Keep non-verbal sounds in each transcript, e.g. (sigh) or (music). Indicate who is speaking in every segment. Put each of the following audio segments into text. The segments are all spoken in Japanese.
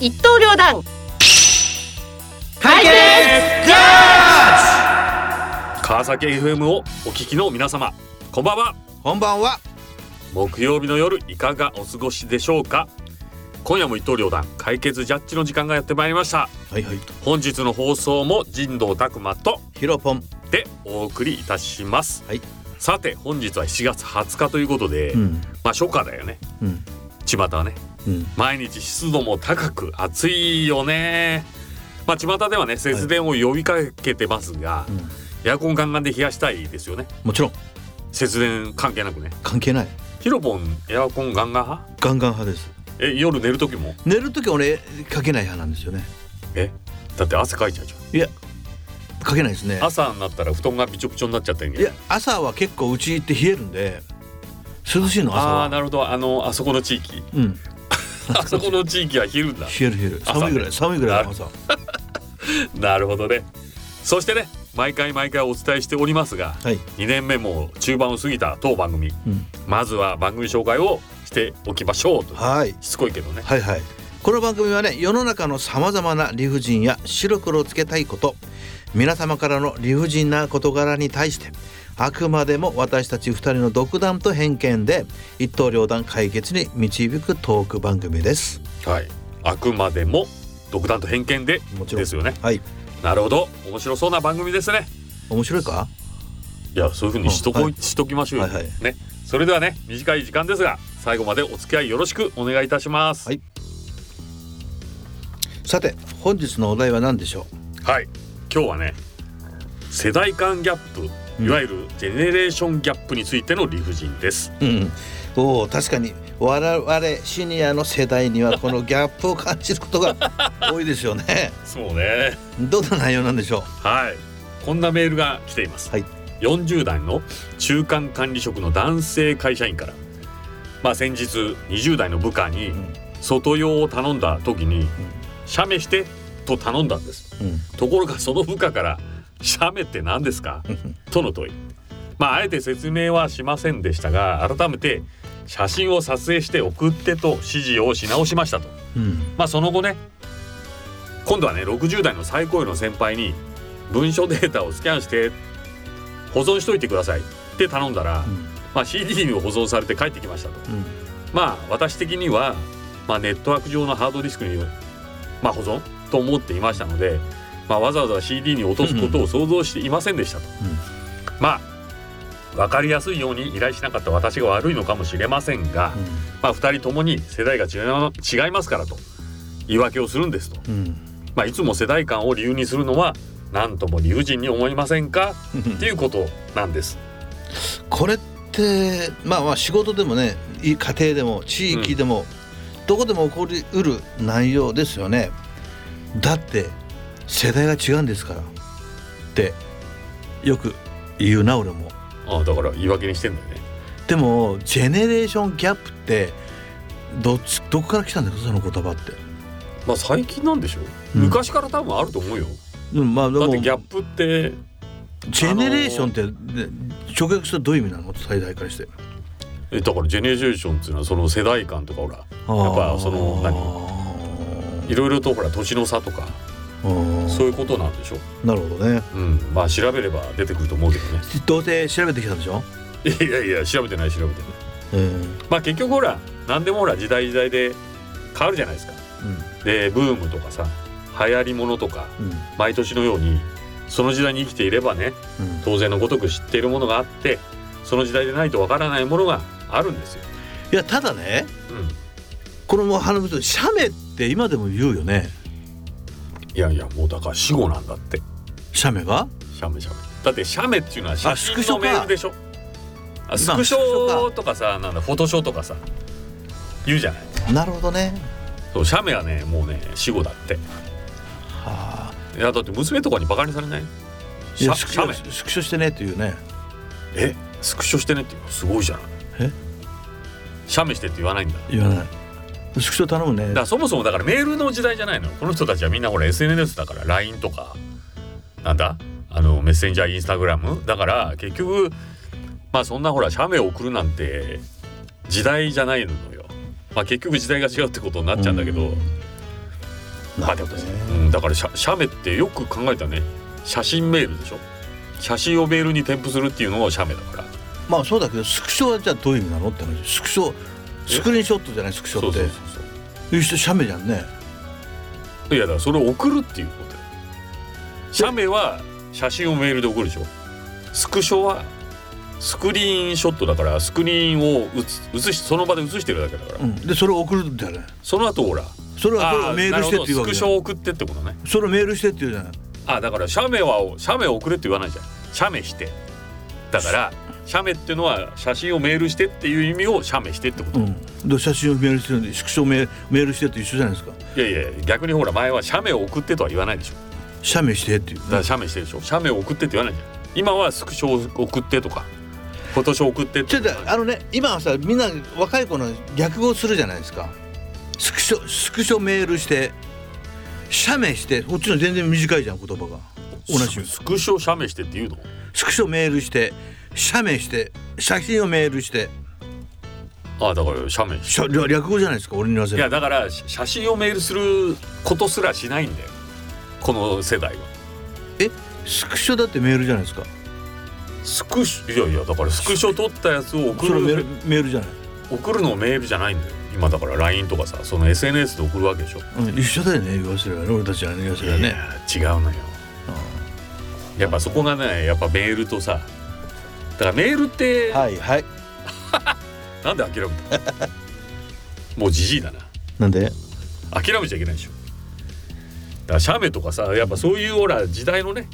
Speaker 1: 一刀両断
Speaker 2: 解決
Speaker 3: 川崎 FM をお聞きの皆様こんばんは
Speaker 2: こんばんは
Speaker 3: 木曜日の夜いかがお過ごしでしょうか今夜も一刀両断解決ジャッジの時間がやってまいりました
Speaker 2: はいはい
Speaker 3: 本日の放送も人道拓馬と
Speaker 2: ヒロポン
Speaker 3: でお送りいたします、
Speaker 2: はい
Speaker 3: さて本日は7月20日ということで、
Speaker 2: ん
Speaker 3: まあ初夏だよね
Speaker 2: うん
Speaker 3: 巷はね
Speaker 2: うん
Speaker 3: 毎日湿度も高く暑いよねまあ巷ではね節電を呼びかけてますが、
Speaker 2: うん
Speaker 3: エアコンガンガンで冷やしたいですよね
Speaker 2: もちろん
Speaker 3: 節電関係なくね
Speaker 2: 関係ない
Speaker 3: ヒロポンエアコンガンガン派
Speaker 2: ガンガン派です
Speaker 3: え夜寝る時も
Speaker 2: 寝るとき俺かけない派なんですよね
Speaker 3: えだって汗かいちゃうじ
Speaker 2: いやかけないですね
Speaker 3: ゃん朝になったら布団がびちょびちょになっちゃってん
Speaker 2: いや朝は結構うち行って冷えるんで涼しいの朝
Speaker 3: ああー
Speaker 2: は
Speaker 3: なるほどあのあそこの
Speaker 2: (laughs)
Speaker 3: 地域
Speaker 2: うん
Speaker 3: あそこの地域は昼だ
Speaker 2: 冷える冷える
Speaker 3: 朝ね
Speaker 2: 寒いぐらい寒いぐらいの朝
Speaker 3: なるほどねそしてね毎回毎回お伝えしておりますが
Speaker 2: はい
Speaker 3: 2年目も中盤を過ぎた当番組
Speaker 2: うん
Speaker 3: まずは番組紹介をしておきましょうと
Speaker 2: はい
Speaker 3: しつこいけどね
Speaker 2: はいはいこの番組はね世の中のさまざまな理不尽や白黒をつけたいこと皆様からの理不尽な事柄に対してあくまでも私たち2人の独断と偏見で一刀両断解決に導くトーク番組です
Speaker 3: はいあくまでも独断と偏見で
Speaker 2: もちろん
Speaker 3: ですよね
Speaker 2: はい
Speaker 3: なるほど面白そうな番組ですね
Speaker 2: 面白いか
Speaker 3: いやそういうふうにしとこ、
Speaker 2: うんはい
Speaker 3: しときましょうよ、
Speaker 2: はいはい
Speaker 3: ねそれではね短い時間ですが最後までお付き合いよろしくお願いいたします
Speaker 2: はいさて本日のお題は何でしょ
Speaker 3: はい今日はね世代間ギャップ
Speaker 2: うん
Speaker 3: いわゆるジェネレーションギャップについての理不尽です、
Speaker 2: う、うん、おお確かに我々シニアの世代にはこのギャップを感じることが多いですよね
Speaker 3: そうね
Speaker 2: どんな内容なんでしょ
Speaker 3: はいこんなメールが来ています、
Speaker 2: はい
Speaker 3: 40代の中間管理職の男性会社員からまあ先日20代の部下に
Speaker 2: ん
Speaker 3: 外用を頼んだ時に「写メして」と頼んだんです
Speaker 2: う、うん
Speaker 3: ところがその部下から「シャメって何ですか?」との問いまああえて説明はしませんでしたが改めて写真を撮影して送ってと指示をし直しましたと
Speaker 2: うん
Speaker 3: まあその後ね今度はね60代の最高位の先輩に文書データをスキャンして保存しといてくださいって頼んだら、まあ、CD に保存されて帰ってきましたと
Speaker 2: うん
Speaker 3: まあ私的には、まあ、ネットワーク上のハードディスクに、まあ、保存と思っていましたので、まあ、わざわざ CD に落とすことを想像していませんでしたと、
Speaker 2: うん
Speaker 3: まあ分かりやすいように依頼しなかった私が悪いのかもしれませんが、まあ、2人ともに世代が違う違いますからと言い訳をするんですと、
Speaker 2: うんうん
Speaker 3: まあ、いつも世代間を理由にするのは何とも理不尽に思いませんかっていうことなんです。
Speaker 2: これってまあまあ仕事でもねい家庭でも地域でも、どこでも起こりうる内容ですよねだって世代が違うんですからってよく言うな俺も
Speaker 3: ああだから言い訳にしてんだよね。
Speaker 2: でもジェネレーションギャップってどっちどこから来たんですかその言葉って、
Speaker 3: まあ最近なんでしょ
Speaker 2: う
Speaker 3: う、
Speaker 2: ん
Speaker 3: 昔から多分あると思うよ。
Speaker 2: うん、まあで
Speaker 3: だっ
Speaker 2: も
Speaker 3: て
Speaker 2: ジ
Speaker 3: ギャップって
Speaker 2: ェネレーションって、ね直訳するとどういう意味なの最大からしてやっ
Speaker 3: えだからジェネレーションっていうのはその世代間とかほらぱそのいろいろとほら年の差とか
Speaker 2: 何
Speaker 3: そういうことなんでしょ
Speaker 2: なるほどね
Speaker 3: う、うん、まあ調べれば出てくると思うけどね
Speaker 2: どうせ調べてきたんでしょ、
Speaker 3: (laughs) いやいや調べてない調べてない
Speaker 2: うん
Speaker 3: まあ結局ほら何でもほら時代時代で変わるじゃないですかでブームとかさ流行りものとか
Speaker 2: うん
Speaker 3: 毎年のようにその時代に生きていればね
Speaker 2: うん、
Speaker 3: 当然のごとく知っているものがあってその時代でないとわからないものがあるんですよ、
Speaker 2: いやただね
Speaker 3: うん、
Speaker 2: これも花見と写メって今でも言うよね
Speaker 3: いやいやもうだから死後なんだって
Speaker 2: 写メが
Speaker 3: シャメシャメだってシャメっていうのは写
Speaker 2: あスク
Speaker 3: 真
Speaker 2: ショ
Speaker 3: の
Speaker 2: か
Speaker 3: メールでしょあス
Speaker 2: 今
Speaker 3: クシ
Speaker 2: スクショ
Speaker 3: ョとかさなんだフォトショーとかさ言うじゃない
Speaker 2: なるほどね
Speaker 3: そうシャメはねもうね死後だって
Speaker 2: はあ
Speaker 3: いやだって娘とかにバカにされない
Speaker 2: い
Speaker 3: シ
Speaker 2: や
Speaker 3: ャ
Speaker 2: スク
Speaker 3: シ
Speaker 2: シ
Speaker 3: ャメ
Speaker 2: ョスクショしてねっていうね
Speaker 3: えスクショしてねって言うのすごいじゃない
Speaker 2: え
Speaker 3: シャメしてって言わないんだだか
Speaker 2: 言わないスクショ頼むね
Speaker 3: らそもそもだからメールの時代じゃないのよこの人たちはみんなほら SNS だから LINE とかなんだあのメッセンジャーインスタグラムだから結局まあそんなほら写メを送るなんて時代じゃないのよ。まあ結局時代が違うってことになっちゃうんだけど、
Speaker 2: うん
Speaker 3: まあでもね
Speaker 2: なるほど
Speaker 3: うん、だから写写メってよく考えたらね写真メールでしょ写真をメールに添付するっていうのが写メだから
Speaker 2: まあそうだけどスクショはじゃあどういう意味なのって話スクショスクリーンショットじゃないスクショって
Speaker 3: そう
Speaker 2: 一緒写メじゃんね
Speaker 3: いやだからそれを送るっていうことよ写メは写真をメールで送るでしょスクショはスクリーンショットだからスクリーンを写写しその場で写してるだけだから、
Speaker 2: うんでそれを送るんじゃない
Speaker 3: その後ほら
Speaker 2: それはそれ
Speaker 3: あ
Speaker 2: を
Speaker 3: ー
Speaker 2: メールしてって
Speaker 3: なる
Speaker 2: 言う
Speaker 3: ほ
Speaker 2: わ
Speaker 3: ど
Speaker 2: けじ
Speaker 3: スク
Speaker 2: ゃ
Speaker 3: ショ
Speaker 2: ん
Speaker 3: を送ってってことね
Speaker 2: それをメールしてって言うじゃない
Speaker 3: あだから写メは写メを送れって言わないじゃん写メしてだから写メっていうのは写真をメールしてっていう意味を写メしてってこと、
Speaker 2: うんで写真をメールしてるんでスクショメールメールしてって一緒じゃないですか
Speaker 3: いやいや逆にほら前は写メを送ってとは言わないでしょ
Speaker 2: 写メしてっていう
Speaker 3: だから写メしてるでしょ写メを送ってって言わないじゃん今はスクショを送ってとかフォトショー送ってって
Speaker 2: ちょっとあのね今はさみんな若い子の略語するじゃないですかスクショスクショメールして写メしてこっちの全然短いじゃん言葉が同じ
Speaker 3: ススクショ写メしてって言うの
Speaker 2: スクショメールして写メして写真をメールして
Speaker 3: ああだから写メし
Speaker 2: しゃ略略語じゃないですか俺に言わせ
Speaker 3: い
Speaker 2: る
Speaker 3: やだからし写真をメールすることすらしないんだよこの世代は
Speaker 2: スクショだってメールじゃないですか
Speaker 3: スクショいやいやだからスクショ撮ったやつを送
Speaker 2: それメー
Speaker 3: る
Speaker 2: ルメールじゃない、
Speaker 3: 送るのメールじゃないんだよ今だから LINE とかさその SNS で送るわけでしょ
Speaker 2: うん、一緒だよね言わせればね俺たちはね言わせれば
Speaker 3: い
Speaker 2: ね
Speaker 3: や違うのよやっぱそこがねやっぱメールとさだからメールって、
Speaker 2: うんはいはい
Speaker 3: なんで諦めたもうじじいだな
Speaker 2: なんで
Speaker 3: 諦めちゃいけないでしょだから写メとかさやっぱそういうほら時代のね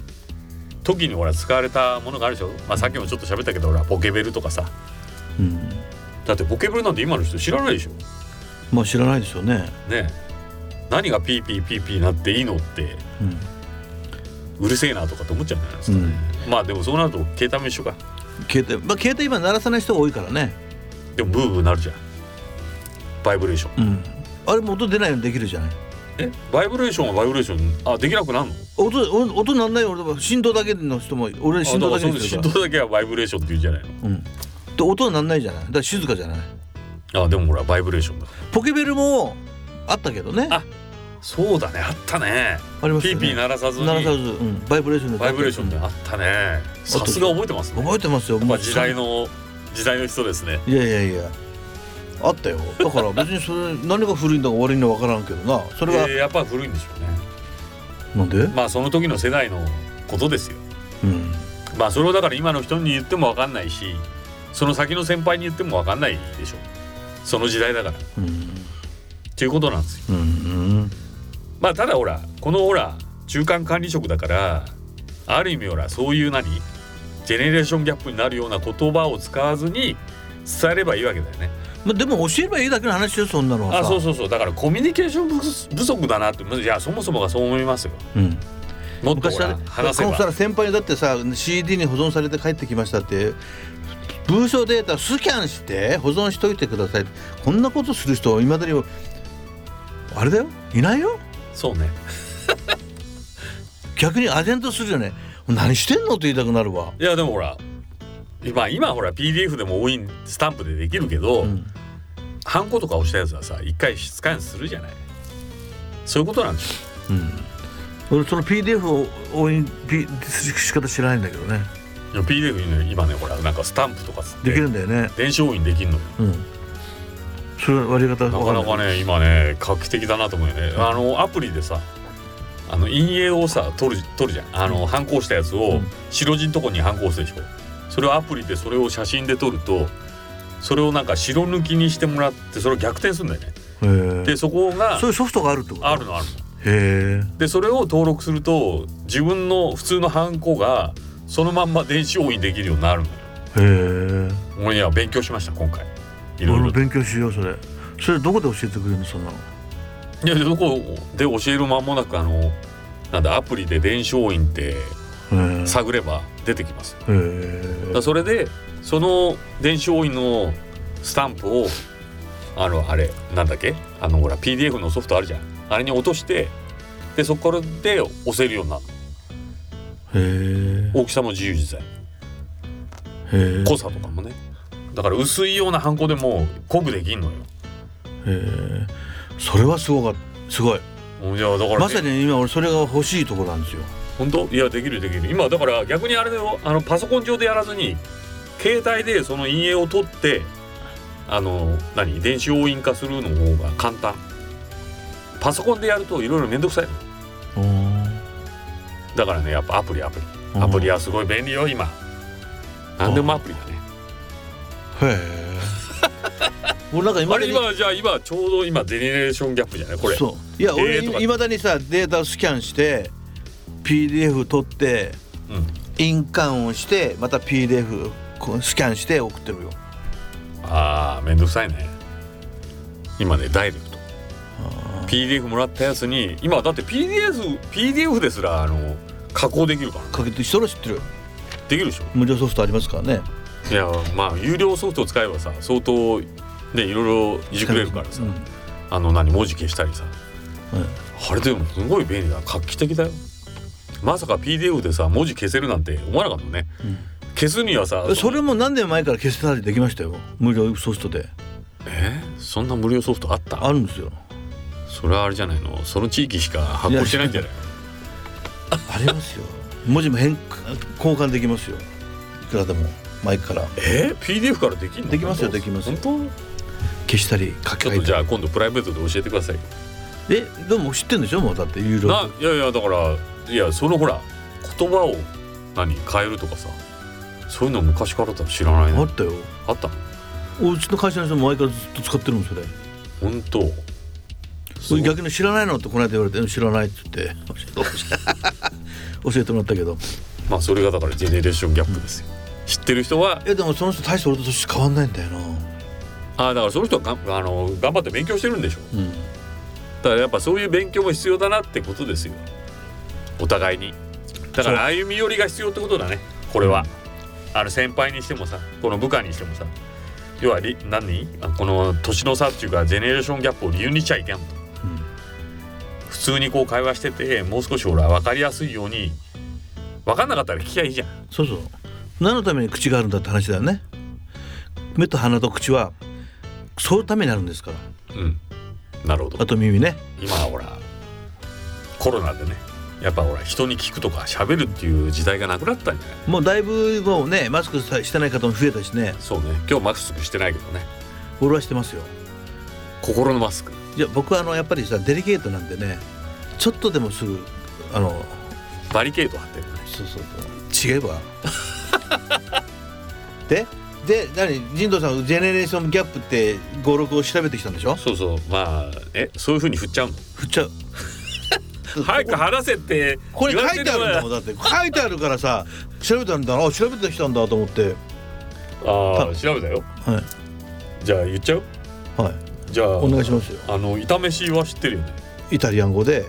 Speaker 3: 時にほら使われたものがあるでしょ、まあ、さっきもちょっと喋ったけどほらポケベルとかさ
Speaker 2: うん
Speaker 3: だってポケベルなんて今の人知らないでしょ
Speaker 2: まあ知らないですよね、
Speaker 3: ねえ何がピーピーピーピーなっていいのって
Speaker 2: うん、
Speaker 3: うるせえなとかって思っちゃうんじゃないですかね、まあでもそうなると携帯も一緒か
Speaker 2: 携帯まあ携帯今鳴らさない人が多いからね
Speaker 3: でもブーブーなるじゃんバイブレーション
Speaker 2: うんあれも音出ないようにできるじゃない
Speaker 3: えバイブレーションはバイブレーションあできなくなるの
Speaker 2: 音音音なんないよ俺は振動だけの人も俺振動だけ
Speaker 3: あ
Speaker 2: の
Speaker 3: だから
Speaker 2: 人
Speaker 3: 振
Speaker 2: だか
Speaker 3: 動だけはバイブレーションって言うじゃない
Speaker 2: らうんで音なんないじゃないだから静かじゃない
Speaker 3: のあでもほらバイブレーションだ
Speaker 2: ポケベルもあったけどね
Speaker 3: あそうだねあったね
Speaker 2: ありま
Speaker 3: ピーピー
Speaker 2: な
Speaker 3: 鳴らさずに
Speaker 2: 鳴らさず、うん、バイブレーションで
Speaker 3: バイブレーションで
Speaker 2: で
Speaker 3: あったねさすが覚えてますね
Speaker 2: 覚えてますよ
Speaker 3: ま
Speaker 2: も
Speaker 3: あ
Speaker 2: う
Speaker 3: 時代の時代の人ですね
Speaker 2: いやいやいやあったよだから別にそれ何が古いんだか悪いのか分からんけどなそ
Speaker 3: え
Speaker 2: れは、
Speaker 3: ーやっぱ古いんでしょう
Speaker 2: な
Speaker 3: ね
Speaker 2: んで
Speaker 3: まあその時の世代のことですよ
Speaker 2: うん
Speaker 3: まあそれをだから今の人に言っても分かんないしその先の先輩に言っても分かんないでしょその時代だからっ
Speaker 2: うん
Speaker 3: ていうことなんですよ
Speaker 2: うん
Speaker 3: まあただほらこのほら中間管理職だからある意味ほらそういう何ジェネレーションギャップになるような言葉を使わずに伝えればいいわけだよね
Speaker 2: まあ、でも教えればいいだけの話よそんなのはさ
Speaker 3: あそうそうそうだからコミュニケーション不足不足だなっていやそもそもがそう思いますよ
Speaker 2: うん
Speaker 3: もっと
Speaker 2: 昔
Speaker 3: ほ
Speaker 2: は
Speaker 3: ら
Speaker 2: ね
Speaker 3: 話せ
Speaker 2: この
Speaker 3: ば
Speaker 2: さ先輩だってさ CD に保存されて帰ってきましたって文章データスキャンして保存しといてくださいこんなことする人いまだにあれだよいないよ
Speaker 3: そうね
Speaker 2: 逆に唖然とするよね何してんのって言いたくなるわ、
Speaker 3: いやでもほら今今ほら PDF でも多いスタンプでできるけど、
Speaker 2: うん
Speaker 3: ハンコとか押したやつはさ一回質感するじゃないそういうことなんですよ
Speaker 2: うん、俺その PDF を応援 P 仕方知らないんだけどね
Speaker 3: いや PDF にね今ねほらなんかスタンプとかつって
Speaker 2: できるんだよね
Speaker 3: 電子印できるのよ
Speaker 2: うんそれは割り方
Speaker 3: なかな
Speaker 2: わ
Speaker 3: か
Speaker 2: んい
Speaker 3: ね今ね画期的だなと思うよねあのアプリでさあの陰影をさ取る取るじゃんあの反抗したやつ
Speaker 2: う
Speaker 3: を
Speaker 2: ん
Speaker 3: 白地のとこに反抗するでしょそれをアプリでそれを写真で撮るとそれをなんか白抜きにしてもらってそれを逆転するんだよね
Speaker 2: へー
Speaker 3: でそこが
Speaker 2: そういうソフトがあるってこと
Speaker 3: あるのある
Speaker 2: へえ
Speaker 3: のでそれを登録すると自分の普通のハンコがそのまんま電子押印できるようになるのよ
Speaker 2: へえ
Speaker 3: 俺には勉強しました今回いろ
Speaker 2: 俺
Speaker 3: いろ
Speaker 2: も
Speaker 3: と
Speaker 2: 勉強しようそれそれどこで教えてくれるのそんなの
Speaker 3: いやどこで教える間もなくあのなんだアプリで電子押印って
Speaker 2: へえ
Speaker 3: 探れば出てきますだか
Speaker 2: へえ
Speaker 3: らそれでその電子押印のスタンプをあのあれなんだっけあのほら PDF のソフトあるじゃんあれに落としてでそこからで押せるようになる
Speaker 2: へ
Speaker 3: 大きさも自由自在
Speaker 2: えへえ
Speaker 3: 濃さとかもねだから薄いようなハンコでも濃くできんのよ、
Speaker 2: へえそれはすごかすごい
Speaker 3: うん、いやだから、ね、
Speaker 2: まさに今俺それが欲しいところなんですよ
Speaker 3: 本当いやできるできる今だから逆にあれだよあのパソコン上でやらずに携帯でその陰影を取ってあの何電子押印化するの方が簡単パソコンでやるといろいろ面倒くさいのだからねやっぱアプリアプリアプリはすごい便利よ今何でもアプリだね
Speaker 2: へえ
Speaker 3: (laughs)
Speaker 2: 俺なんか今ま
Speaker 3: あ
Speaker 2: で
Speaker 3: れ
Speaker 2: に
Speaker 3: 今じゃあ今ちょうど今ジェネレーションギャップじゃないこれ
Speaker 2: そういや
Speaker 3: えー
Speaker 2: 俺
Speaker 3: とか
Speaker 2: いまだにさデータをスキャンして PDF 取って
Speaker 3: うん
Speaker 2: 印鑑をしてまた PDF こうスキャンして送ってるよ
Speaker 3: ああめんどくさいね今ねダイレクト PDF もらったやつに今だって PDF, PDF ですらあの加工できるからね
Speaker 2: かけてそれ知ってる
Speaker 3: できるでしょ
Speaker 2: 無料ソフトありますからね
Speaker 3: いやまあ有料ソフトを使えばさ相当ねいろいろいじくれるからさ、
Speaker 2: うん
Speaker 3: あの何文字消したりさ、
Speaker 2: うん
Speaker 3: あれでもすごい便利だ画期的だよまさか PDF でさ文字消せるなんて思わなかったもんね、
Speaker 2: うん
Speaker 3: 消すにはさ
Speaker 2: えそれも何年前から消せたりできましたよ無料ソフトで
Speaker 3: えそんな無料ソフトあった
Speaker 2: あるんですよ
Speaker 3: それはあれじゃないのその地域しか発行してないんじゃない
Speaker 2: ありますよ文字も変交換できますよいくらでもマイクから
Speaker 3: え PDF からできるの
Speaker 2: できますよできますよ
Speaker 3: 本
Speaker 2: 消したり書
Speaker 3: 当
Speaker 2: き
Speaker 3: ちょっと
Speaker 2: 換
Speaker 3: じゃあ今度プライベートで教えてください
Speaker 2: えたりえでも知ってるんでしょもうだって有料
Speaker 3: な、いやいやだからいやそのほら言葉を何変えるとかさそういうの昔からだと知らない
Speaker 2: あ
Speaker 3: ね
Speaker 2: ったよ
Speaker 3: あったの
Speaker 2: うちの会社の人も前からずっと使ってるもんそれ
Speaker 3: 本当す
Speaker 2: そ
Speaker 3: ごい
Speaker 2: れ逆に知らないのってこの間言われてうん知らないって
Speaker 3: (laughs)
Speaker 2: 言って教えてもらったけど
Speaker 3: まあそれがだからジェネレーションギャップですよ知ってる人は
Speaker 2: えでもその人大して俺と年変わんないんだよな
Speaker 3: ああだからその人はがあの頑張って勉強してるんでしょ
Speaker 2: うん
Speaker 3: だからやっぱそういう勉強も必要だなってことですよお互いにだから歩み寄りが必要ってことだねこれはあの先輩にしてもさこの部下にしてもさ要はり何あこの年の差っていうかジェネレーションギャップを理由にしちゃいけんと
Speaker 2: うん
Speaker 3: 普通にこう会話しててもう少しほら分かりやすいように分かんなかったら聞きゃいいじゃん
Speaker 2: そうそう何のために口があるんだって話だよね目と鼻と口はそういうためにあるんですから
Speaker 3: うんなるほど
Speaker 2: あと耳ね
Speaker 3: 今はほらコロナでねやっぱほら人に聞くとか喋るっていう時代がなくなったんじゃない
Speaker 2: もうだいぶもうねマスクさしてない方も増えたしね
Speaker 3: そうね今日マスクしてないけどね
Speaker 2: 俺はしてますよ
Speaker 3: 心のマスク
Speaker 2: いや僕はあのやっぱりさデリケートなんでねちょっとでもすぐあの
Speaker 3: バリケード張ってるね
Speaker 2: そうそうそう違えば (laughs) でで何神道さんジェネレーションギャップって語録を調べてきたんでしょ
Speaker 3: そうそうまあえそういう風に振
Speaker 2: (laughs)
Speaker 3: っちゃうの
Speaker 2: 振っちゃう
Speaker 3: 早く話せって
Speaker 2: これ
Speaker 3: 言わ
Speaker 2: 書い
Speaker 3: れ
Speaker 2: てあるんだも
Speaker 3: もん
Speaker 2: んだって書いてあるからさ調べたんだあ調べてきたんだと思って
Speaker 3: ああ調べたよ
Speaker 2: は
Speaker 3: じゃあ言っちゃう
Speaker 2: いはい
Speaker 3: じゃあ
Speaker 2: お願いしますよ
Speaker 3: あの炒めしは知ってるよね
Speaker 2: イタリアン語で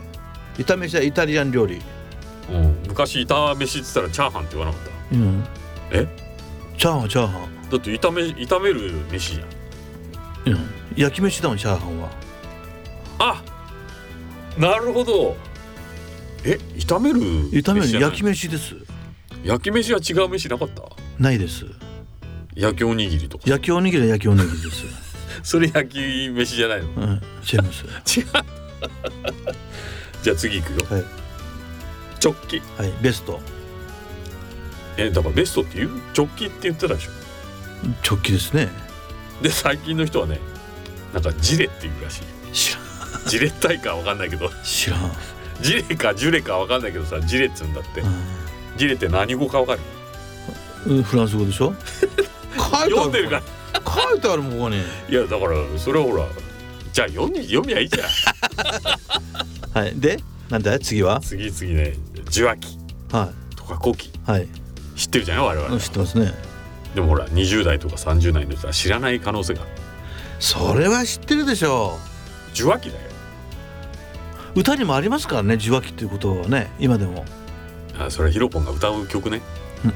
Speaker 2: 炒めしはイタリアン料理
Speaker 3: うん昔炒めしって言ったらチャーハンって言わなかった
Speaker 2: うん
Speaker 3: え
Speaker 2: チャーハンチャーハン
Speaker 3: だって炒め炒める飯じゃん
Speaker 2: うん焼き飯だもんチャーハンは
Speaker 3: あなるほどえ炒める
Speaker 2: 炒めるの
Speaker 3: 飯じゃな
Speaker 2: 焼
Speaker 3: い
Speaker 2: き飯です
Speaker 3: 焼き飯は違う飯なかった
Speaker 2: ないです
Speaker 3: 焼きおにぎりとか
Speaker 2: 焼きおにぎりは焼きおにぎりです、
Speaker 3: それ焼き飯じゃないの
Speaker 2: (laughs) うん、違います
Speaker 3: (laughs) 違うじゃあ次行くよ
Speaker 2: はい
Speaker 3: 直帰
Speaker 2: はいベスト
Speaker 3: えだからベストって言う直帰って言ってたでしょ
Speaker 2: 直帰ですね
Speaker 3: で最近の人はねなんかジレって言うらしい
Speaker 2: 知らん
Speaker 3: ジレったいかわかんないけど (laughs)
Speaker 2: 知らん、
Speaker 3: ジレかジュレかわかんないけどさジレっつうんだってジレって何語かわかる
Speaker 2: うん、フランス語でしょ (laughs) 書いてあ
Speaker 3: 読んで
Speaker 2: る
Speaker 3: るから
Speaker 2: 書いてあるもんここに
Speaker 3: いやだからそれはほらじゃあ読み読みゃいいじゃん
Speaker 2: はいでなんだ次は
Speaker 3: 次次ね受話器
Speaker 2: は
Speaker 3: とか古希
Speaker 2: いはい
Speaker 3: 知ってるじゃない我々
Speaker 2: うん
Speaker 3: は
Speaker 2: 知ってますね
Speaker 3: でもほら20代とか30代の人は知らない可能性がある
Speaker 2: それは知ってるでしょ
Speaker 3: 受話器だよ
Speaker 2: う歌にもありますからね受話器っていうことはね今でも
Speaker 3: あそれはヒロポンが歌う曲ね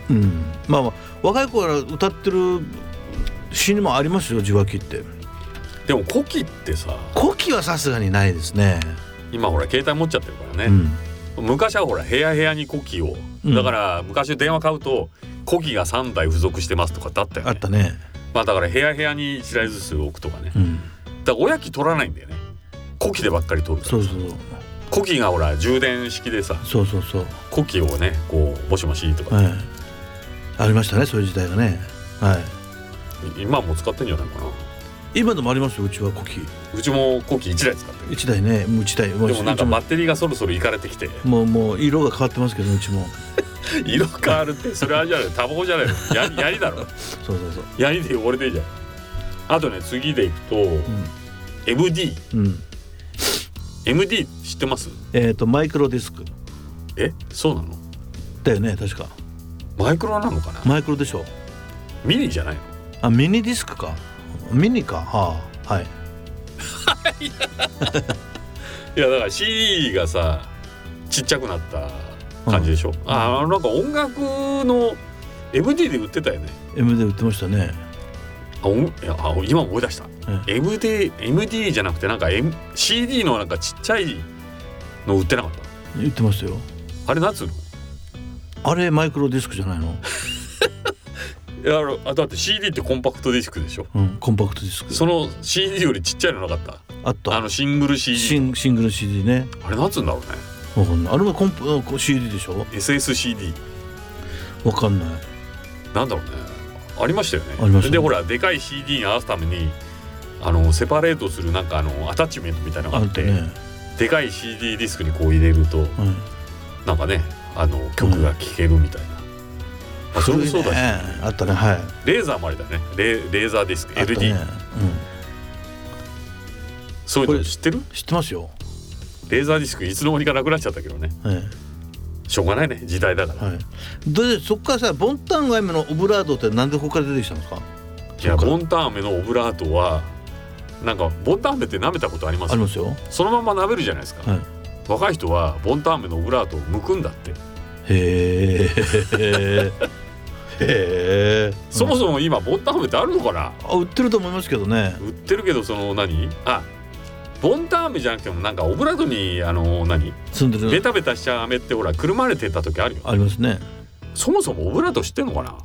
Speaker 2: うん、うん、まあまあ若い子から歌ってる詩にもありますよ受話器って
Speaker 3: でも古希ってさ
Speaker 2: 古希はさすがにないですね
Speaker 3: 今ほら携帯持っちゃってるから
Speaker 2: う
Speaker 3: ね、
Speaker 2: ん
Speaker 3: 昔はほら部屋部屋に古希を、
Speaker 2: うん
Speaker 3: だから昔電話買うと古希が3台付属してますとかってあったよ
Speaker 2: あ
Speaker 3: ね
Speaker 2: ったね
Speaker 3: まあだから部屋部屋に1台ずつ置くとかね
Speaker 2: うん
Speaker 3: だから親機取らないんだよね古希でばっかり取るから
Speaker 2: そうそうそう
Speaker 3: コキがほら充電式でさ
Speaker 2: そうそうそう、
Speaker 3: コキをねこうもしもしとか、
Speaker 2: はい、ありましたねそういう時代がね、はい、
Speaker 3: 今も使ってんじゃないかな
Speaker 2: 今でもありますようちはコキ
Speaker 3: うちもコキ1台使ってる
Speaker 2: 一台ねもう一台もう
Speaker 3: でもなんか
Speaker 2: うち
Speaker 3: バッテリーがそろそろいかれてきて
Speaker 2: もうもう色が変わってますけどうちも
Speaker 3: 色変わるってそれあれじゃないタバコじゃないのやりやりだ
Speaker 2: そ
Speaker 3: ろ
Speaker 2: うそうそう
Speaker 3: やりで汚れてんじゃんあとね次でいくと、MDMD
Speaker 2: うん、うん、
Speaker 3: 知ってます
Speaker 2: えっ、とマイクロディスク
Speaker 3: えそうなの
Speaker 2: だよね確か
Speaker 3: マイクロなのかな
Speaker 2: マイクロでしょ
Speaker 3: ミニじゃないの
Speaker 2: あミニディスクかミニかはあはい
Speaker 3: いやだから CD がさちっちゃくなった感じでしょ、あーなんか音楽の MD で売ってたよね
Speaker 2: M で売ってましたね
Speaker 3: あおんいやあ今思い出した、
Speaker 2: え
Speaker 3: MD, MD じゃなくてなんか、M、CD のなんかちっちゃいの売ってなかっ
Speaker 2: 売ってましたよ
Speaker 3: たあれなんつうの
Speaker 2: あれマイクロディスクじゃないの、
Speaker 3: いやあのあだって CD ってコンパクトディスクでしょ
Speaker 2: うん、コンパクトディスク
Speaker 3: その CD よりちっちゃいのなかった
Speaker 2: あった
Speaker 3: あのシングル
Speaker 2: シ
Speaker 3: CD
Speaker 2: ンシングル CD ね
Speaker 3: あれなんつうんだろうね
Speaker 2: わかんないあれもコンポこう CD でしょ
Speaker 3: SSCD
Speaker 2: わかんない
Speaker 3: なんだろうねありましたよね
Speaker 2: ありましたね
Speaker 3: でほらでかい CD に合わすためにあのセパレートするなんかあのアタッチメントみたいなのがあ
Speaker 2: あ
Speaker 3: っ
Speaker 2: ってたね、
Speaker 3: でかい CD ディスクにこう入れると
Speaker 2: はい、
Speaker 3: なんかねあの曲が聴けるみたいな、まあそれもそう
Speaker 2: 古
Speaker 3: だし、
Speaker 2: いねあったねはい
Speaker 3: レーザーもあれだねレレーザーディスク
Speaker 2: あった
Speaker 3: LD、
Speaker 2: ね、
Speaker 3: そういう
Speaker 2: こ
Speaker 3: の
Speaker 2: れ
Speaker 3: 知ってる
Speaker 2: うん、知ってますよ、
Speaker 3: レーザーディスクいつの間にかなくなっちゃったけどね
Speaker 2: え
Speaker 3: しょうがないね時代だか
Speaker 2: え
Speaker 3: ら、
Speaker 2: はい、でそこからさボンタンガイムのオブラードってなんでここから出てきたんですか
Speaker 3: い
Speaker 2: そ
Speaker 3: や
Speaker 2: っか
Speaker 3: ボンタン飴のオブラートはなんかボンタン飴って舐めたことあります
Speaker 2: ありますよ
Speaker 3: そのまま舐めるじゃないですか、
Speaker 2: はい
Speaker 3: 若い人はボンタン飴のオブラートを剥くんだって
Speaker 2: へえへえ
Speaker 3: そも
Speaker 2: も
Speaker 3: そも今ボンタン飴ってあるのかな、
Speaker 2: あ売ってると思いますけどね
Speaker 3: 売ってるけどその何あボンタン飴じゃなくてもなんかオブラートにあの何
Speaker 2: 住んで
Speaker 3: ベ
Speaker 2: る
Speaker 3: タベタしちゃう飴ってほらくるまれてた時あるよ
Speaker 2: ありますね
Speaker 3: そもそもオブラート知ってんのかな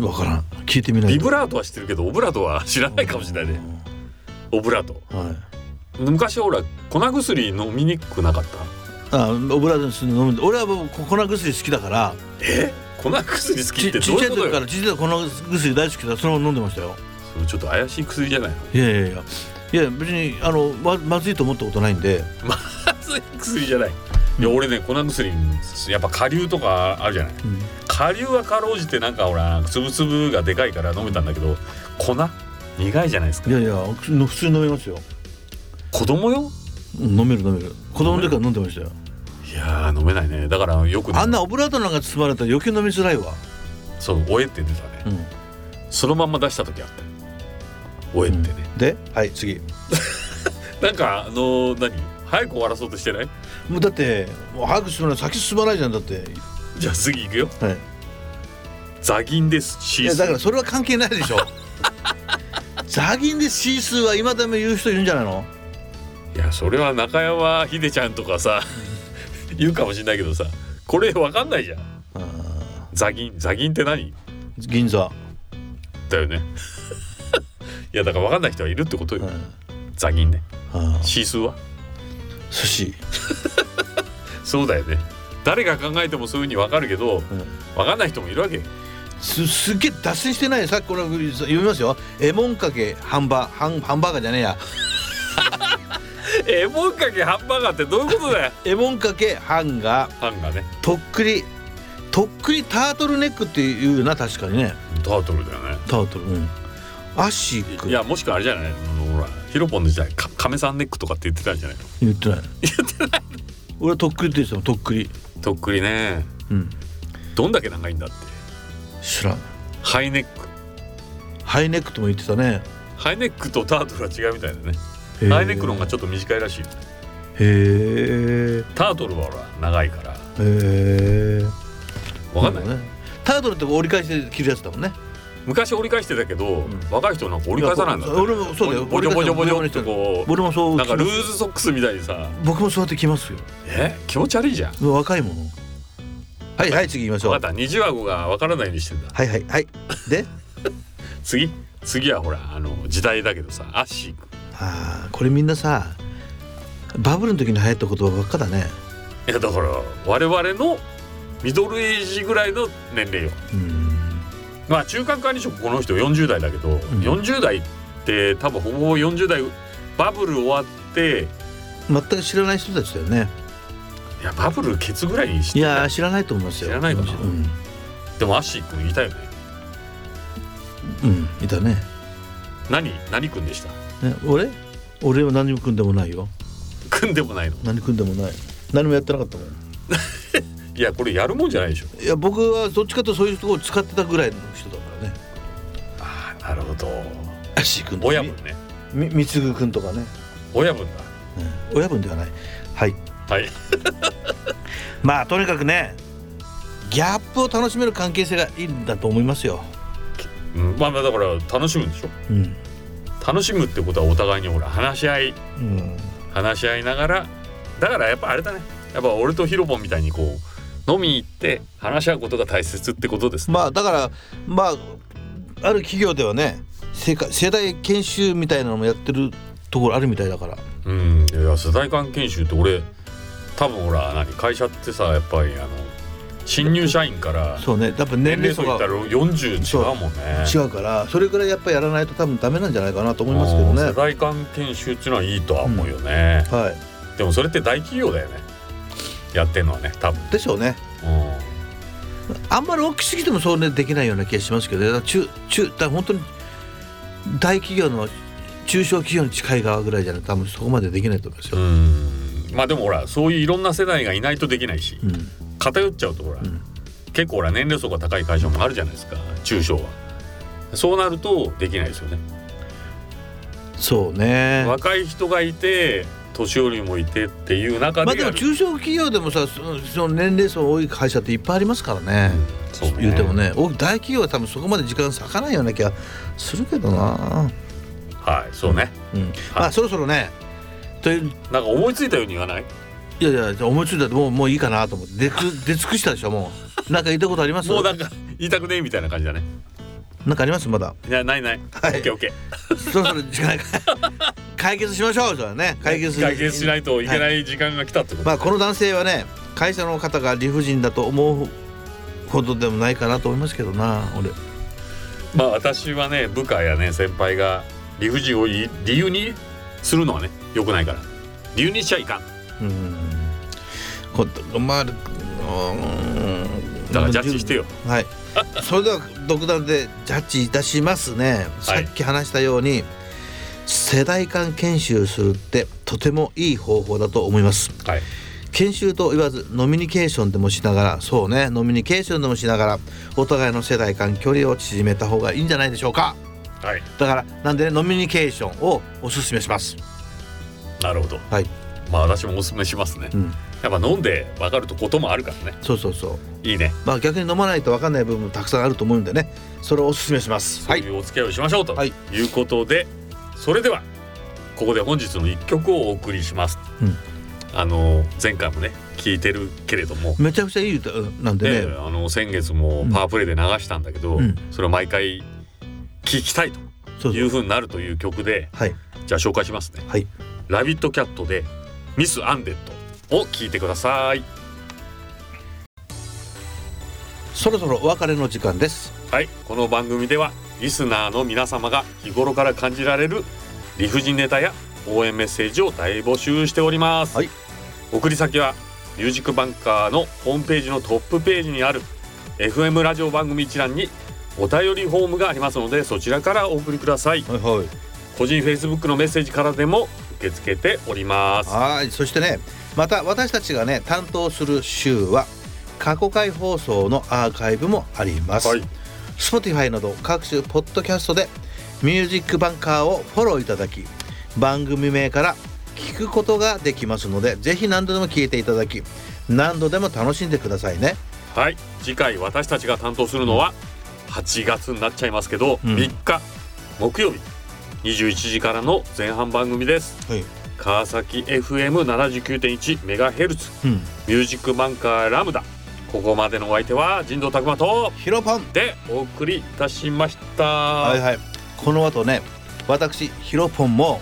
Speaker 2: わからん聞いてみない
Speaker 3: ビブラートは知ってるけどオブラートは知らないかもしれないねオブラート
Speaker 2: うんはい
Speaker 3: 昔ほら粉薬飲みにくくなかった
Speaker 2: あオブラードに住んで飲むんで俺はもうこ粉薬好きだから
Speaker 3: え粉薬好き
Speaker 2: ち
Speaker 3: って
Speaker 2: ちっ
Speaker 3: どう
Speaker 2: ち
Speaker 3: い
Speaker 2: ゃ
Speaker 3: う
Speaker 2: い
Speaker 3: こと
Speaker 2: 時
Speaker 3: よ
Speaker 2: からちっちゃい時粉薬大好きだからそのまま飲んでましたよ
Speaker 3: それちょっと怪しい薬じゃないの
Speaker 2: いやいやいやいや別にあのままずいと思ったことないんで
Speaker 3: 熱い薬じゃない。いや俺ね粉薬やっぱ下流とかあるじゃない
Speaker 2: うん
Speaker 3: 下流はかろうじてなんかほら粒々がでかいから飲めたんだけど粉苦いじゃないですか
Speaker 2: いやいや普通普通に飲めますよ
Speaker 3: 子供よ
Speaker 2: うん飲める飲める子供の時から飲んでましたよ
Speaker 3: いやー飲めないねだからよく、ね、
Speaker 2: あんなオブラートなんか包まれたら余計飲みづらいわ、
Speaker 3: そう「おえ」って出たね
Speaker 2: う
Speaker 3: そのまんま出した時あったよおえっ
Speaker 2: ん
Speaker 3: てね、
Speaker 2: ではい次
Speaker 3: なんかあのー、何早く終わらそうとしてない
Speaker 2: もうだってもう早く進まない先進まないじゃんだって
Speaker 3: じゃあ次行くよ
Speaker 2: はい
Speaker 3: ザギンですシ
Speaker 2: い
Speaker 3: ー
Speaker 2: や
Speaker 3: スー
Speaker 2: だからそれは関係ないで (laughs) しょザギンでシースーは今でも言う人いるんじゃないの
Speaker 3: いやそれは中山秀ちゃんとかさ言うかもしれないけどさこれわかんないじゃん
Speaker 2: うん
Speaker 3: ザギンザギンって何
Speaker 2: 銀座、
Speaker 3: だよね (laughs) いやだからわかんない人はいるってこと
Speaker 2: う
Speaker 3: よ、
Speaker 2: ん
Speaker 3: ザギンね
Speaker 2: うん
Speaker 3: シースーは
Speaker 2: 寿司、
Speaker 3: そうだよね誰が考えてもそういうふうにわかるけどわかんない人もいるわけよ
Speaker 2: すすっげえ脱線してないさっきこれ読みますよ「えもんかけハンバーハンハンバーガーじゃねえや
Speaker 3: (laughs) えもんかけハンバーガーってどういうことだよ
Speaker 2: えもんかけハンガー
Speaker 3: ハンガーね
Speaker 2: とっくりとっくりタートルネックっていうな確かにね
Speaker 3: タートルだよね
Speaker 2: タートルうんアシック
Speaker 3: いやもしくはあれじゃないあのほらヒロポンの時代か亀さんネックとかって言ってたんじゃないの
Speaker 2: 言ってない言ってない俺はとっくりって言ってたもんとっくり
Speaker 3: とっくりね
Speaker 2: うん
Speaker 3: どんだけ長いんだって
Speaker 2: 知らん
Speaker 3: ハイネック
Speaker 2: ハイネックとも言ってたね
Speaker 3: ハイネックとタートルは違うみたいだね
Speaker 2: へー
Speaker 3: ハイネックの方がちょっと短いらしいよ
Speaker 2: へえ
Speaker 3: タートルはほら長いから
Speaker 2: へえ
Speaker 3: わかんない、
Speaker 2: ねタートルって折り返して着るやつだもんね
Speaker 3: 昔折り返してたけど、
Speaker 2: ん
Speaker 3: 若い人なんか折り返さないんだって
Speaker 2: いや俺もそうだよ
Speaker 3: ボジョボジョボジョ
Speaker 2: 折
Speaker 3: っ
Speaker 2: り返さ
Speaker 3: て
Speaker 2: ない
Speaker 3: こ
Speaker 2: 俺もそうう
Speaker 3: なんかルーズソックスみたいにさ
Speaker 2: 僕もそうやって着ますよ
Speaker 3: え気持ち悪いじゃん
Speaker 2: 若いものはいはい次行きましょう
Speaker 3: 分かった二重顎がわからないようにしてんだ
Speaker 2: はいはいはいで
Speaker 3: 次次はほらあの時代だけどさアッシーくん
Speaker 2: あーこれみんなさバブルの時に流行った言葉ばっかだね、
Speaker 3: いやだから我々のミドルエイジぐらいの年齢よ
Speaker 2: うん、
Speaker 3: まあ中間管理職この人40代だけど、
Speaker 2: ん
Speaker 3: 40代って多分ほぼ40代バブル終わってい
Speaker 2: 全く知らない人たちだよね
Speaker 3: やバブルケツぐらいにし
Speaker 2: い
Speaker 3: て
Speaker 2: やー知らないと思いますよ
Speaker 3: 知らないかな
Speaker 2: うん、
Speaker 3: でもアッシー君いたよね
Speaker 2: うん、いたね
Speaker 3: 何何君でした
Speaker 2: ね俺俺は何も組んでもないよ
Speaker 3: 君でもないの
Speaker 2: 何組んでもない何もやってなかったもん
Speaker 3: いやこれやるもんじゃないでしょ
Speaker 2: いや僕はどっちかというとそういうところを使ってたぐらいの人だからね
Speaker 3: ああなるほど
Speaker 2: 足君と
Speaker 3: 親
Speaker 2: か
Speaker 3: 分ね
Speaker 2: みみ貢君とかね、
Speaker 3: 親分
Speaker 2: うん、親分ではないはい
Speaker 3: だはい
Speaker 2: まあとにかくねギャップを楽しめる関係性がいいんだと思いますよ、
Speaker 3: うんまあまあだから楽しむんでしょ
Speaker 2: うん
Speaker 3: 楽しむってことはお互いにほら話し合い
Speaker 2: うん、
Speaker 3: 話し合いながらだからやっぱあれだねやっぱ俺とヒロポンみたいにこう飲みに行って話し合うことが大切ってことですね、
Speaker 2: まあだからまあある企業ではね世界世代研修みたいなのもやってるところあるみたいだから
Speaker 3: うんいや世代間研修って俺多分ほら何会社ってさやっぱりあの新入社員から
Speaker 2: そうねやっぱ
Speaker 3: 年
Speaker 2: 年齢
Speaker 3: 齢層
Speaker 2: 層
Speaker 3: いった
Speaker 2: が
Speaker 3: ら40違うもんね
Speaker 2: 違うからそれぐらいやっぱやらないと多分ダメなんじゃないかなと思いますけど
Speaker 3: うん世
Speaker 2: ね
Speaker 3: 代間研修っていうのはいいとは思うよね、
Speaker 2: は
Speaker 3: でもそれって大企業だよねやってんのはね多分、
Speaker 2: いでしょうね
Speaker 3: うん
Speaker 2: あんまり大きすぎてもそうねできないような気がしますけどねだから中中だから本当に大企業の中小企業に近い側ぐらいじゃないと多分そこまでできないと思います
Speaker 3: う
Speaker 2: よ。
Speaker 3: んまあでもほらそういういろんな世代がいないとできないし
Speaker 2: うん
Speaker 3: 偏っちゃうとほら、
Speaker 2: ん
Speaker 3: 結構ほら年齢層が高い会社もあるじゃないですか中小はそうなるとできないですよね
Speaker 2: そうね。
Speaker 3: 若い人がいて年寄りもいてっていう中
Speaker 2: まあ
Speaker 3: で
Speaker 2: で
Speaker 3: や
Speaker 2: も
Speaker 3: る、
Speaker 2: 中小企業でもさそのその年齢層多い会社っていっぱいありますからね。
Speaker 3: そうね
Speaker 2: 言うてもね大大企業は多分そこまで時間割かないような気がするけどな。
Speaker 3: はいそうね
Speaker 2: うんま
Speaker 3: は
Speaker 2: あそろそろねという
Speaker 3: なんか思いついたように言わない
Speaker 2: いやいや思いついたらもうもういいかなと思って出く出尽くしたでしょもう。なんか言ったことあります？
Speaker 3: もうなんか言いたくねえみたいな感じだね
Speaker 2: なんかありますまだ。
Speaker 3: いやないない、
Speaker 2: はい
Speaker 3: オッケーオッケー
Speaker 2: そろそろ時間が解決しましょうじゃあね解決
Speaker 3: 解決しないといけない時間が来たってこと、
Speaker 2: まあこの男性はね会社の方が理不尽だと思うほどでもないかなと思いますけどな俺
Speaker 3: まあ私はね部下やね先輩が理不尽をい理由にするのはね良くないから理由にしちゃいか
Speaker 2: う
Speaker 3: ん
Speaker 2: んこまあうーん
Speaker 3: だからジャッジしてよ
Speaker 2: はいそれでは独断でジャッジいたしますね、
Speaker 3: はい
Speaker 2: さっき話したように世代間研修するってとてもいい方法だと思います
Speaker 3: はい
Speaker 2: 研修と言わずノミニケーションでもしながらそうねノミニケーションでもしながらお互いの世代間距離を縮めた方がいいんじゃないでしょうか
Speaker 3: はい
Speaker 2: だからなんでねノミニケーションをおすすめします
Speaker 3: なるほど
Speaker 2: はい、
Speaker 3: まあ私もおすすめしますね
Speaker 2: うん、
Speaker 3: やっぱ飲んで分かるとこともあるからね
Speaker 2: そうそうそう
Speaker 3: いいね
Speaker 2: まあ逆に飲まないと分かんない部分もたくさんあると思うんでねそれをおすすめします
Speaker 3: そういうお付き合いをしましょうと
Speaker 2: はい
Speaker 3: いうことで、それではここで本日の一曲をお送りします、
Speaker 2: うん
Speaker 3: あの前回もね聞いてるけれども、
Speaker 2: めちゃくちゃいい歌なん
Speaker 3: ね
Speaker 2: でね
Speaker 3: あの先月もパワープレイで流したんだけど、
Speaker 2: うん
Speaker 3: それを毎回聴きたい
Speaker 2: そ
Speaker 3: と
Speaker 2: う
Speaker 3: い
Speaker 2: そう
Speaker 3: うふうになるという曲で
Speaker 2: はい
Speaker 3: じゃあ紹介しますね
Speaker 2: はい
Speaker 3: 「ラビットキャット」で「ミス・アンデッド」を聴いてください
Speaker 2: そろそろお別れの時間です
Speaker 3: はい、この番組ではリスナーの皆様が日頃から感じられる理不尽ネタや応援メッセージを大募集しております、
Speaker 2: はい
Speaker 3: 送り先はミュージックバンカーのホームページのトップページにある FM ラジオ番組一覧にお便りフォームがありますのでそちらからお送りください
Speaker 2: はいはい
Speaker 3: 個人 Facebook のメッセージからでも受け付けております
Speaker 2: はいそしてねまた私たちがね担当する週は過去回放送のアーカイブもあります、
Speaker 3: はい
Speaker 2: Spotify など各種ポッドキャストで「ミュージックバンカー」をフォローいただき番組名から聞くことができますのでぜひ何度でも聞いていただき何度でも楽しんでくださいね
Speaker 3: はい次回私たちが担当するのは8月になっちゃいますけど、
Speaker 2: うん
Speaker 3: 3日木曜日21時からの前半番組です
Speaker 2: はい、
Speaker 3: 川崎 FM79.1 メガヘルツ
Speaker 2: うん、
Speaker 3: ミュージックバンカーラムダここまでのお相手は神道拓馬と
Speaker 2: ヒロポン
Speaker 3: でお送りいたしました、
Speaker 2: はいはいこの後ね私ヒロポンも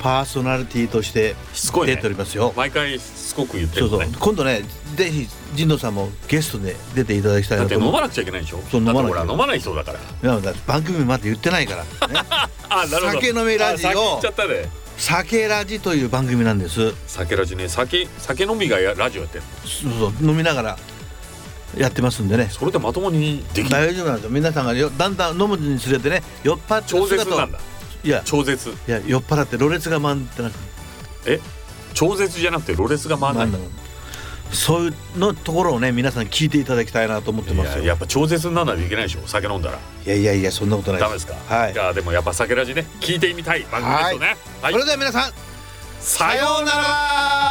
Speaker 2: パーソナリティとして
Speaker 3: しつこい
Speaker 2: 出
Speaker 3: ね
Speaker 2: ておりますよ。
Speaker 3: 毎回しつこく言って
Speaker 2: そう
Speaker 3: る
Speaker 2: そ
Speaker 3: の
Speaker 2: う
Speaker 3: ね
Speaker 2: 今度ねぜひ神野さんもゲストで出ていただきたい
Speaker 3: だ
Speaker 2: な
Speaker 3: って
Speaker 2: と
Speaker 3: 飲
Speaker 2: 思う
Speaker 3: まなくちゃいけないでしょ
Speaker 2: そう飲まなきゃ
Speaker 3: だってほら飲まない人だから
Speaker 2: いやだって番組まで言ってない
Speaker 3: (laughs)
Speaker 2: から、ね、
Speaker 3: あなるほど
Speaker 2: 酒飲みラジオ
Speaker 3: あ先行っちゃったね
Speaker 2: 酒ラジという番組なんです
Speaker 3: 酒ラジね酒酒飲みがやラジオやってる
Speaker 2: そうそう飲みながらやってますんでね
Speaker 3: それでまともにできる
Speaker 2: 大丈夫なんですよ皆さんがよだんだん飲むにつれてね酔っ払ってる
Speaker 3: 超絶
Speaker 2: 姿を
Speaker 3: なんだ
Speaker 2: いや
Speaker 3: 超絶
Speaker 2: いや酔っ払ってろれつが満ってなく
Speaker 3: え超絶じゃなくてロレスが回らないんだ
Speaker 2: そういうのところをね皆さん聞いていただきたいなと思って
Speaker 3: い
Speaker 2: ます
Speaker 3: や
Speaker 2: よい
Speaker 3: や
Speaker 2: や
Speaker 3: っぱ超絶にならないといけないでしょ酒飲んだら
Speaker 2: いやいやそんなことない
Speaker 3: ダメですか
Speaker 2: はい
Speaker 3: じゃあでもやっぱ酒ラジね聞いてみたい番組ですよねは
Speaker 2: それでは皆さん
Speaker 3: さようなら
Speaker 2: ら